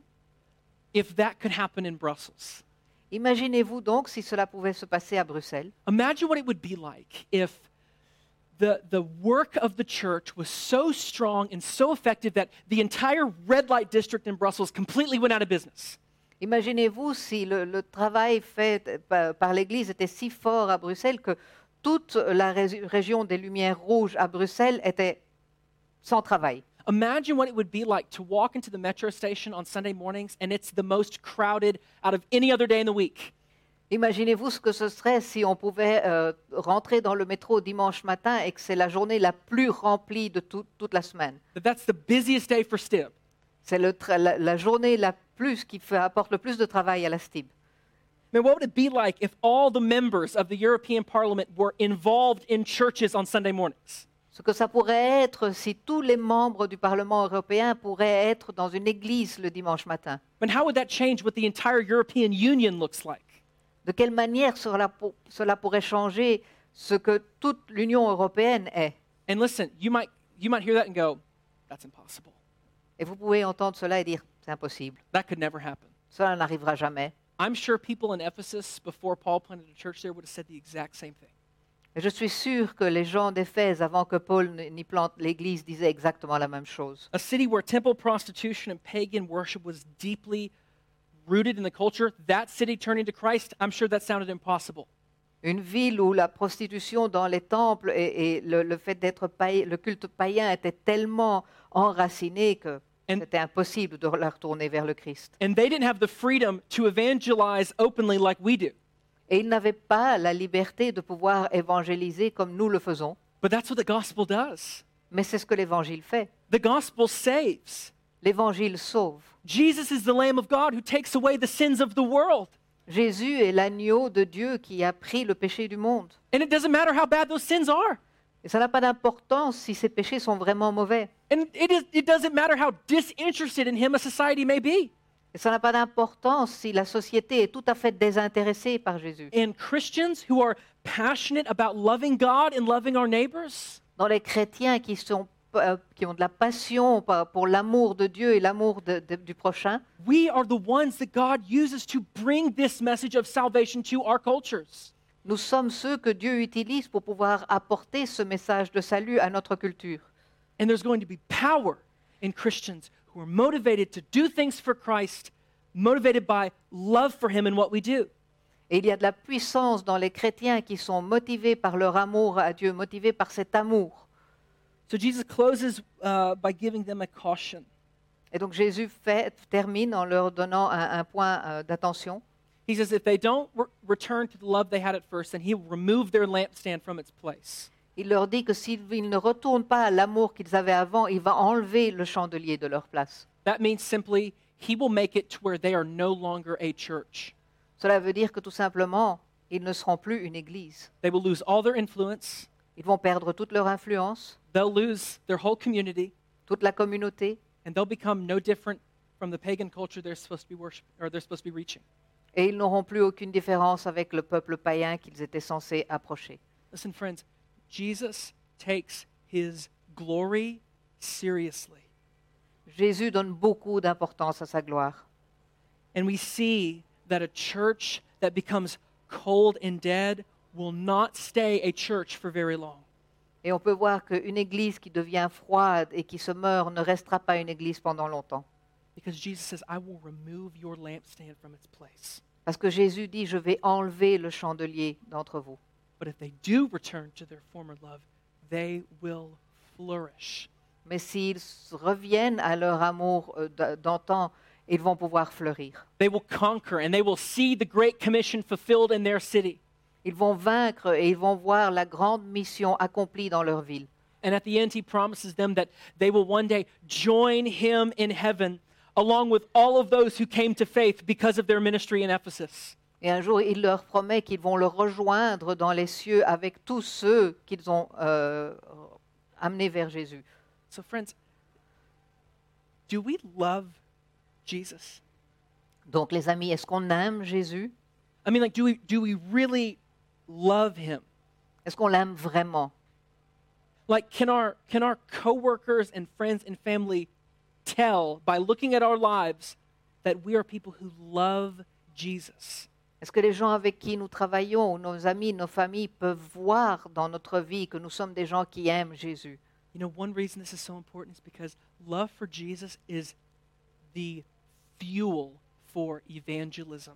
S2: if that could happen in Brussels.
S1: Imaginez-vous donc si cela pouvait se passer à Bruxelles.
S2: Imagine what it would be like if the, the work of the church was so strong and so effective that the entire red light district in Brussels completely went out of business.
S1: Imaginez-vous si le, le travail fait euh, pa- par l'Église était si fort à Bruxelles que toute la ré- région des Lumières Rouges à Bruxelles était sans travail.
S2: Imagine what it would be like to walk into the metro station on Sunday mornings and it's the most crowded out of any other day in the week.
S1: Imaginez-vous ce que ce serait si on pouvait euh, rentrer dans le métro dimanche matin et que c'est la journée la plus remplie de tout- toute la semaine.
S2: That that's the busiest day for STIB.
S1: C'est le tra- la, la journée la plus qui fait- apporte le plus de travail à la STIB.
S2: Man, what would it be like if all the members of the European Parliament were involved in churches on Sunday mornings?
S1: Ce que ça pourrait être si tous les membres du Parlement européen pourraient être dans une église le dimanche matin.
S2: And how would that change what the entire European Union looks like?
S1: De quelle manière cela, pour- cela pourrait changer ce que toute l'Union européenne est
S2: And listen, you might you might hear that and go, that's impossible.
S1: Et vous pouvez entendre cela et dire, c'est impossible,
S2: That could never happen.
S1: cela n'arrivera jamais.
S2: I'm sure people in Ephesus before Paul planted a church there would have said the exact same thing.
S1: Et je suis sûr que les gens d'Éphèse, avant que Paul n- n'y plante l'église, disaient exactement la même chose.
S2: A city where temple prostitution and pagan worship was deeply rooted in the culture, that city turning to Christ, I'm sure that sounded impossible.
S1: Une ville où la prostitution dans les temples et, et le, le fait d'être paï- le culte païen était tellement enraciné que
S2: And-
S1: c'était impossible de la retourner vers le Christ.
S2: And they didn't have the freedom to evangelize openly like we do.
S1: Et ils n'avaient pas la liberté de pouvoir évangéliser comme nous le faisons.
S2: But that's what the gospel does.
S1: Mais c'est ce que l'Évangile fait.
S2: The gospel saves.
S1: L'Évangile sauve.
S2: Jesus is the Lamb of God who takes away the sins of the world.
S1: Jésus est l'agneau de Dieu qui a pris le péché du monde.
S2: And it doesn't matter how bad those sins are.
S1: Et ça n'a pas d'importance si ces péchés sont vraiment mauvais.
S2: And it, is, it doesn't matter how disinterested in him a society may be.
S1: Et ça n'a pas d'importance si la société est tout à fait désintéressée par Jésus.
S2: And Christians who are passionate about loving God and loving our neighbors,
S1: Dans les chrétiens qui, sont, euh, qui ont de la passion par- pour l'amour de Dieu et l'amour de- de- du prochain,
S2: we are the ones that God uses to bring this message of salvation to our cultures.
S1: nous sommes ceux que Dieu utilise pour pouvoir apporter ce message de salut à notre culture.
S2: And there's going to be power in Christians who are motivated to do things for Christ, motivated by love for him and what we do.
S1: Et il y a de la puissance dans les chrétiens qui sont motivés par leur amour à Dieu, motivés par cet amour.
S2: So Jesus closes uh, by giving them a caution.
S1: Et donc Jésus fait- termine en leur donnant un, un point euh, d'attention.
S2: He says, if they don't re- return to the love they had at first, then he'll remove their lampstand from its place.
S1: Il leur dit que s'ils ne retournent pas à l'amour qu'ils avaient avant, il va enlever le chandelier de leur place.
S2: That means simply, he will make it to where they are no longer a church.
S1: Cela veut dire que tout simplement, ils ne seront plus une église.
S2: They will lose all their influence,
S1: Ils vont perdre toute leur influence,
S2: they'll lose their whole community,
S1: toute la communauté,
S2: and they'll become no different from the pagan culture they're supposed to be worshiping or they're supposed to be reaching.
S1: et ils n'auront plus aucune différence avec le peuple païen qu'ils étaient censés approcher.
S2: Listen, friends, Jesus takes his glory seriously.
S1: Jésus donne beaucoup d'importance à sa gloire.
S2: And we see that a church that becomes cold and dead will not stay a church for very long.
S1: Et on peut voir qu'une église qui devient froide et qui se meurt ne restera pas une église pendant longtemps.
S2: Because Jesus says, I will remove your lampstand from its place.
S1: Parce que Jésus dit, je vais enlever le chandelier d'entre vous.
S2: But if they do return to their former love, they will flourish.
S1: Mais s'ils s- reviennent à leur amour euh, d- d'antan, ils vont pouvoir fleurir.
S2: They will conquer and they will see the Great Commission fulfilled in their city.
S1: Ils vont vaincre et ils vont voir la grande mission accomplie dans leur ville.
S2: And at the end, he promises them that they will one day join him in heaven, along with all of those who came to faith because of their ministry in Ephesus.
S1: Et un jour, il leur promet qu'ils vont le rejoindre dans les cieux avec tous ceux qu'ils ont euh, amenés vers Jésus.
S2: So, friends, do we love Jesus?
S1: Donc les amis, est-ce qu'on aime Jésus
S2: I mean, like, do we, do we really love him?
S1: Est-ce qu'on l'aime vraiment
S2: Like, can our, can our coworkers and friends and family tell by looking at our lives that we are people who love Jesus?
S1: Est-ce que les gens avec qui nous travaillons, ou nos amis, nos familles, peuvent voir dans notre vie que nous sommes des gens qui aiment Jésus
S2: You know, one reason this is so important is because love for Jesus is the fuel for evangelism.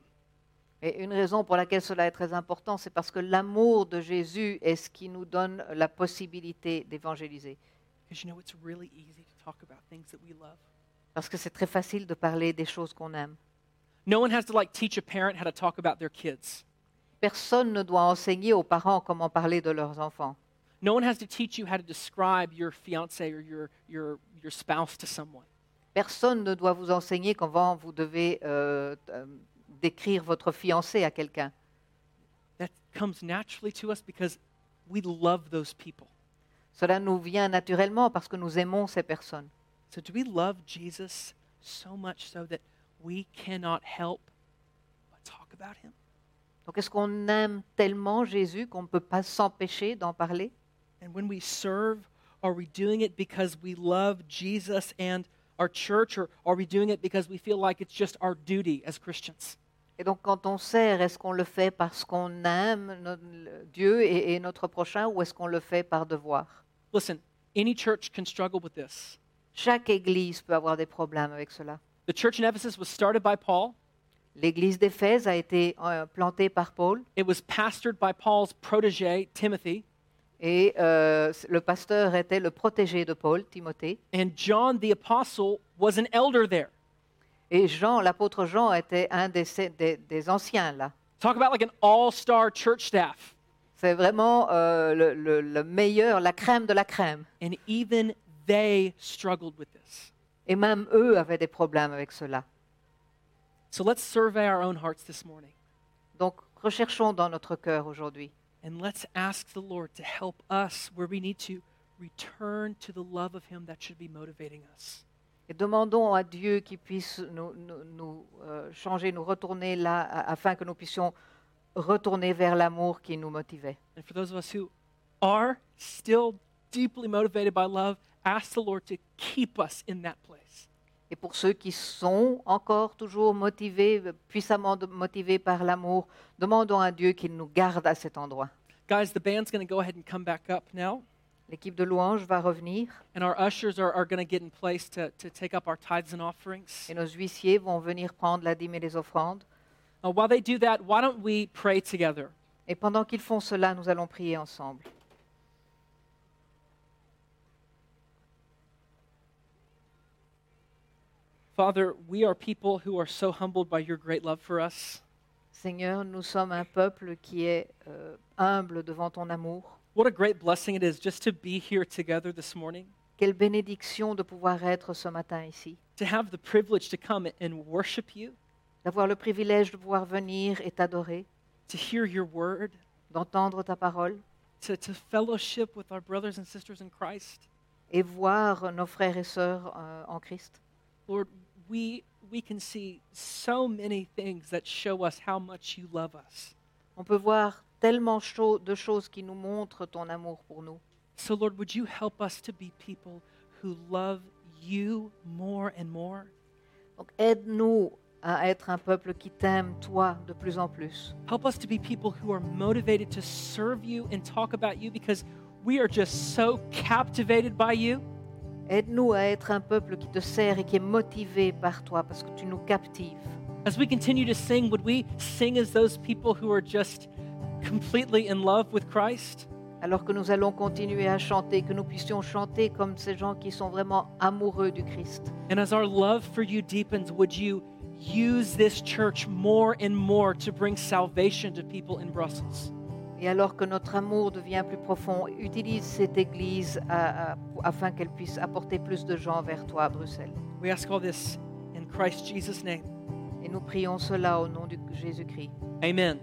S1: Et une raison pour laquelle cela est très important, c'est parce que l'amour de Jésus est ce qui nous donne la possibilité d'évangéliser.
S2: Because you know, it's really easy to talk about things that we love.
S1: Parce que c'est très facile de parler des choses qu'on aime.
S2: No one has to like teach a parent how to talk about their kids.
S1: Personne ne doit enseigner aux parents comment parler de leurs enfants.
S2: No one has to teach you how to describe your fiance or your your your spouse to someone.
S1: Personne ne doit vous enseigner comment vous devez euh, euh, décrire votre fiancé à quelqu'un.
S2: That comes naturally to us because we love those people.
S1: Cela nous vient naturellement parce que nous aimons ces personnes.
S2: So do we love Jesus so much so that we cannot help but talk about him?
S1: Donc est-ce qu'on aime tellement Jésus qu'on ne peut pas s'empêcher d'en parler
S2: And when we serve, are we doing it because we love Jesus and our church, or are we doing it because we feel like it's just our duty as Christians?
S1: Et donc quand on sert, est-ce qu'on le fait parce qu'on aime no- Dieu et, et notre prochain ou est-ce qu'on le fait par devoir
S2: Listen, any church can struggle with this.
S1: Chaque église peut avoir des problèmes avec cela.
S2: The church in Ephesus was started by Paul,
S1: L'église d'Éphèse a été euh, plantée par Paul
S2: it was pastored by Paul's protege, Timothy,
S1: et euh, le pasteur était le protégé de Paul, Timothée.
S2: and John the apostle was an elder there.
S1: Et Jean, l'apôtre Jean, était un des, des- des anciens là.
S2: Talk about like an all star church staff.
S1: C'est vraiment euh, le- le- le meilleur, la crème de la crème.
S2: And even they struggled with this.
S1: Et même eux avaient des problèmes avec cela.
S2: So let's survey our own hearts this morning.
S1: Donc recherchons dans notre cœur aujourd'hui
S2: And let's ask the Lord to help us where we need to return to the love of Him that should be motivating us.
S1: et demandons à Dieu qu'il puisse nous, nous- nous, euh, changer, nous retourner là, a- afin que nous puissions retourner vers l'amour qui nous motivait.
S2: And for those of us who are still deeply motivated by love, ask the Lord to keep us in that place.
S1: Et pour ceux qui sont encore toujours motivés, puissamment de- motivés par l'amour, demandons à Dieu qu'il nous garde à cet endroit.
S2: Guys, the band's going to go ahead and come back up now,
S1: L'équipe de louange va revenir
S2: and our ushers are, are going to get in place to, to take up our tithes and offerings.
S1: et nos huissiers vont venir prendre la dîme et les offrandes.
S2: Uh, while they do that, why don't we pray together?
S1: Et pendant qu'ils font cela, nous allons prier ensemble.
S2: Father, we are people who are so humbled by your great love for us.
S1: Seigneur, nous sommes un peuple qui est euh, humble devant ton amour.
S2: What a great blessing it is just to be here together this morning.
S1: Quelle bénédiction de pouvoir être ce matin ici,
S2: to have the privilege to come and worship you,
S1: d'avoir le privilège de pouvoir venir et t'adorer,
S2: to hear your word,
S1: d'entendre ta parole
S2: to, to fellowship with our brothers and sisters in Christ.
S1: et voir nos frères et sœurs euh, en Christ.
S2: Lord, we, we can see so many things that show us how much you love us.
S1: On peut voir tellement cho- de choses qui nous montrent ton amour pour nous.
S2: So, Lord, would you help us to be people who love you more and more?
S1: Donc aide-nous à être un peuple qui t'aime, toi, de plus en plus.
S2: Help us to be people who are motivated to serve you and talk about you because we are just so captivated by you.
S1: Aide-nous à être un peuple qui te sert et qui est motivé par toi parce que tu nous captives.
S2: As we continue to sing, would we sing as those people who are just completely in love with Christ?
S1: Alors que nous allons continuer à chanter, que nous puissions chanter comme ces gens qui sont vraiment amoureux du Christ.
S2: And as our love for you deepens, would you use this church more and more to bring salvation to people in Brussels?
S1: Et alors que notre amour devient plus profond, utilise cette Église à- à- afin qu'elle puisse apporter plus de gens vers toi à Bruxelles.
S2: We ask all this in Christ Jesus' name.
S1: Et nous prions cela au nom de Jésus-Christ.
S2: Amen.